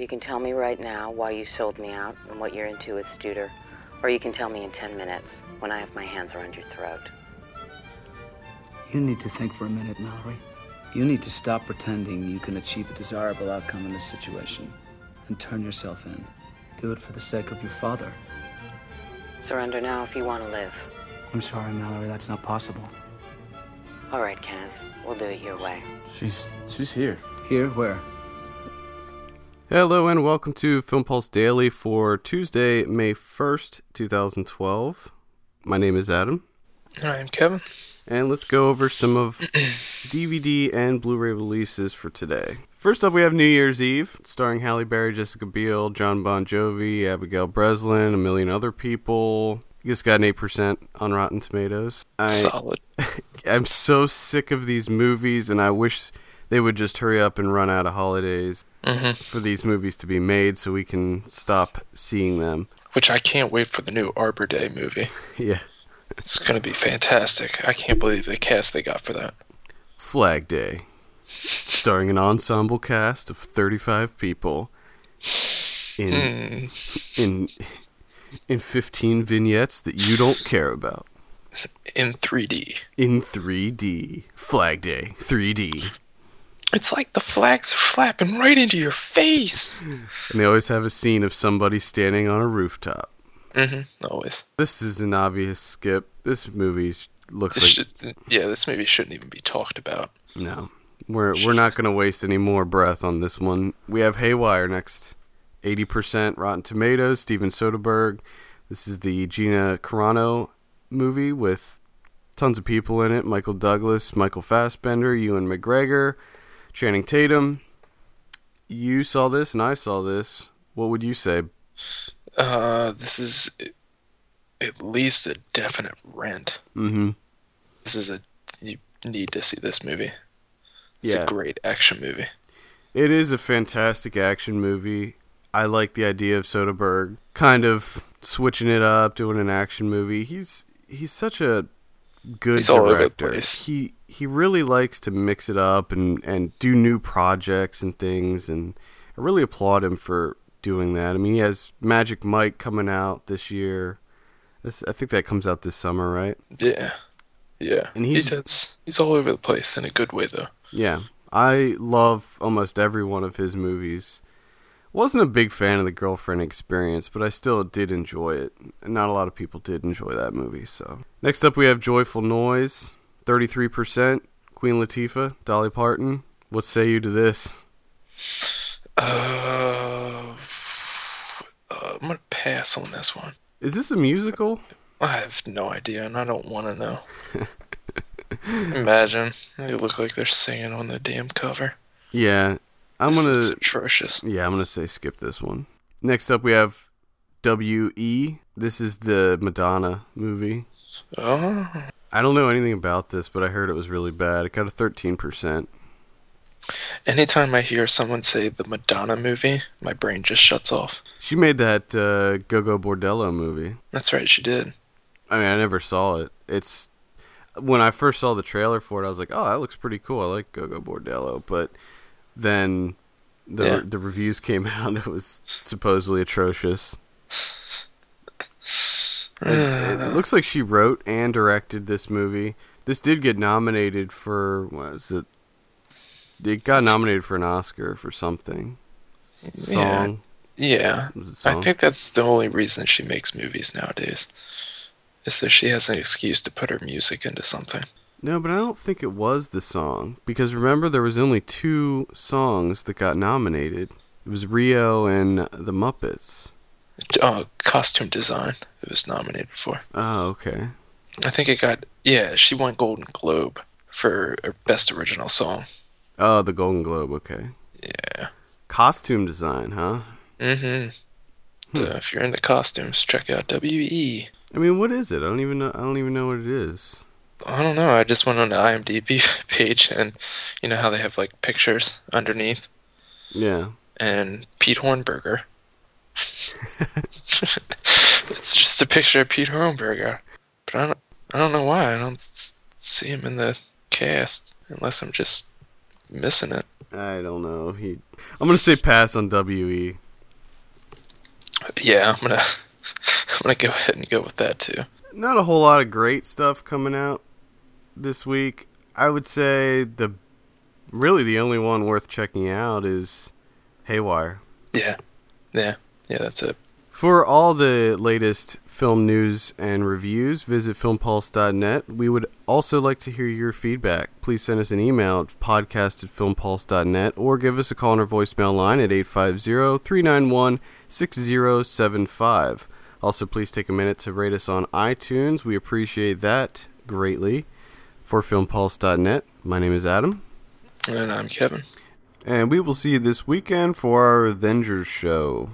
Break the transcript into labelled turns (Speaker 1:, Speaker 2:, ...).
Speaker 1: You can tell me right now why you sold me out and what you're into with Studer, or you can tell me in 10 minutes when I have my hands around your throat.
Speaker 2: You need to think for a minute, Mallory. You need to stop pretending you can achieve a desirable outcome in this situation and turn yourself in. Do it for the sake of your father.
Speaker 1: Surrender now if you want to live.
Speaker 2: I'm sorry, Mallory, that's not possible.
Speaker 1: All right, Kenneth, we'll do it your way.
Speaker 3: She's she's here.
Speaker 2: Here, where?
Speaker 3: Hello and welcome to Film Pulse Daily for Tuesday, May 1st, 2012. My name is Adam,
Speaker 4: I am Kevin.
Speaker 3: and let's go over some of DVD and Blu ray releases for today. First up, we have New Year's Eve, starring Halle Berry, Jessica Biel, John Bon Jovi, Abigail Breslin, a million other people. This got an 8% on Rotten Tomatoes. I,
Speaker 4: Solid.
Speaker 3: I'm so sick of these movies, and I wish they would just hurry up and run out of holidays for these movies to be made so we can stop seeing them.
Speaker 4: Which I can't wait for the new Arbor Day movie.
Speaker 3: Yeah.
Speaker 4: It's going to be fantastic. I can't believe the cast they got for that.
Speaker 3: Flag Day, starring an ensemble cast of 35 people in in in 15 vignettes that you don't care about
Speaker 4: In 3D.
Speaker 3: in 3D. Flag Day, 3D.
Speaker 4: It's like the flags are flapping right into your face.
Speaker 3: And they always have a scene of somebody standing on a rooftop.
Speaker 4: hmm Always.
Speaker 3: This is an obvious skip. This movie looks
Speaker 4: This
Speaker 3: like
Speaker 4: should, yeah, this movie shouldn't even be talked about.
Speaker 3: no. We're we're not going to waste any more breath on this one. We have Haywire next. 80% Rotten Tomatoes, Steven Soderbergh. This is the Gina Carano movie with tons of people in it. Michael Douglas, Michael Fassbender, Ewan McGregor, Channing Tatum. You saw this and I saw this. What would you say?
Speaker 4: Uh, this is at least a definite rent.
Speaker 3: Mm-hmm.
Speaker 4: This is a. You need to see this movie. It's
Speaker 3: Yeah.
Speaker 4: a great action movie.
Speaker 3: It is a fantastic action movie. I like the idea of Soderbergh kind of switching it up, doing an action movie. He's he's such a good
Speaker 4: He's all
Speaker 3: director.
Speaker 4: over the place.
Speaker 3: He he really likes to mix it up and and do new projects and things and I really applaud him for doing that. I mean, he has Magic Mike coming out this year. This, I think that comes out this summer, right?
Speaker 4: Yeah. Yeah.
Speaker 3: And
Speaker 4: he
Speaker 3: he's-
Speaker 4: does. He's all over the place in a good way, though.
Speaker 3: Yeah. I love almost every one of his movies. Wasn't a big fan of the girlfriend experience, but I still did enjoy it. And not a lot of people did enjoy that movie, so. Next up we have Joyful Noise, 33%, Queen Latifah, Dolly Parton. What say you to this?
Speaker 4: Uh, uh, I'm gonna pass on this one.
Speaker 3: Is this a musical?
Speaker 4: I have no idea, and I don't want to know. Imagine they look like they're singing on the damn cover.
Speaker 3: Yeah. I'm
Speaker 4: This
Speaker 3: going
Speaker 4: looks
Speaker 3: to
Speaker 4: atrocious.
Speaker 3: Yeah, I'm gonna say skip this one. Next up we have W.E. This is the Madonna movie.
Speaker 4: Oh,
Speaker 3: I don't know anything about this, but I heard it was really bad. It got a 13%.
Speaker 4: anytime I hear someone say the Madonna movie, my brain just shuts off.
Speaker 3: She made that uh, Go Go Bordello movie.
Speaker 4: That's right, she did.
Speaker 3: I mean, I never saw it. It's when I first saw the trailer for it, I was like, "Oh, that looks pretty cool. I like Go Go Bordello." But then the
Speaker 4: Yeah.
Speaker 3: the reviews came out. and It was supposedly atrocious. It, it looks like she wrote and directed this movie. This did get nominated for what is it? It got nominated for an Oscar for something. Song.
Speaker 4: Yeah,
Speaker 3: Was it
Speaker 4: I
Speaker 3: song?
Speaker 4: think that's the only reason she makes movies nowadays. Is so she has an excuse to put her music into something.
Speaker 3: No, but I don't think it was the song because remember there was only two songs that got nominated. It was Rio and the Muppets.
Speaker 4: uh, costume design it was nominated for.
Speaker 3: Oh, okay.
Speaker 4: I think it got yeah, she won Golden Globe for best original song.
Speaker 3: Oh, the Golden Globe. Okay.
Speaker 4: Yeah.
Speaker 3: Costume design, huh?
Speaker 4: Mhm. So if you're into costumes, check out E. WE.
Speaker 3: I mean, what is it? I don't even know. I don't even know what it is.
Speaker 4: I don't know, I just went on the IMDb page and you know how they have like pictures underneath
Speaker 3: Yeah.
Speaker 4: and Pete Hornberger. it's just a picture of Pete Hornberger. But I don't I don't know why I don't s- see him in the cast unless I'm just missing it.
Speaker 3: I don't know. He, I'm gonna say pass on E. WE.
Speaker 4: Yeah, I'm gonna I'm gonna go ahead and go with that too.
Speaker 3: Not a whole lot of great stuff coming out this week. I would say the really the only one worth checking out is Haywire.
Speaker 4: Yeah, yeah, yeah. That's it.
Speaker 3: For all the latest film news and reviews, visit filmpulse.net. We would also like to hear your feedback. Please send us an email at podcast at filmpulse.net or give us a call on our voicemail line at 850 391 6075. Also, please take a minute to rate us on iTunes. We appreciate that greatly. For filmpulse.net, my name is Adam,
Speaker 4: And I'm Kevin.
Speaker 3: and we will see you this weekend for our Avengers show.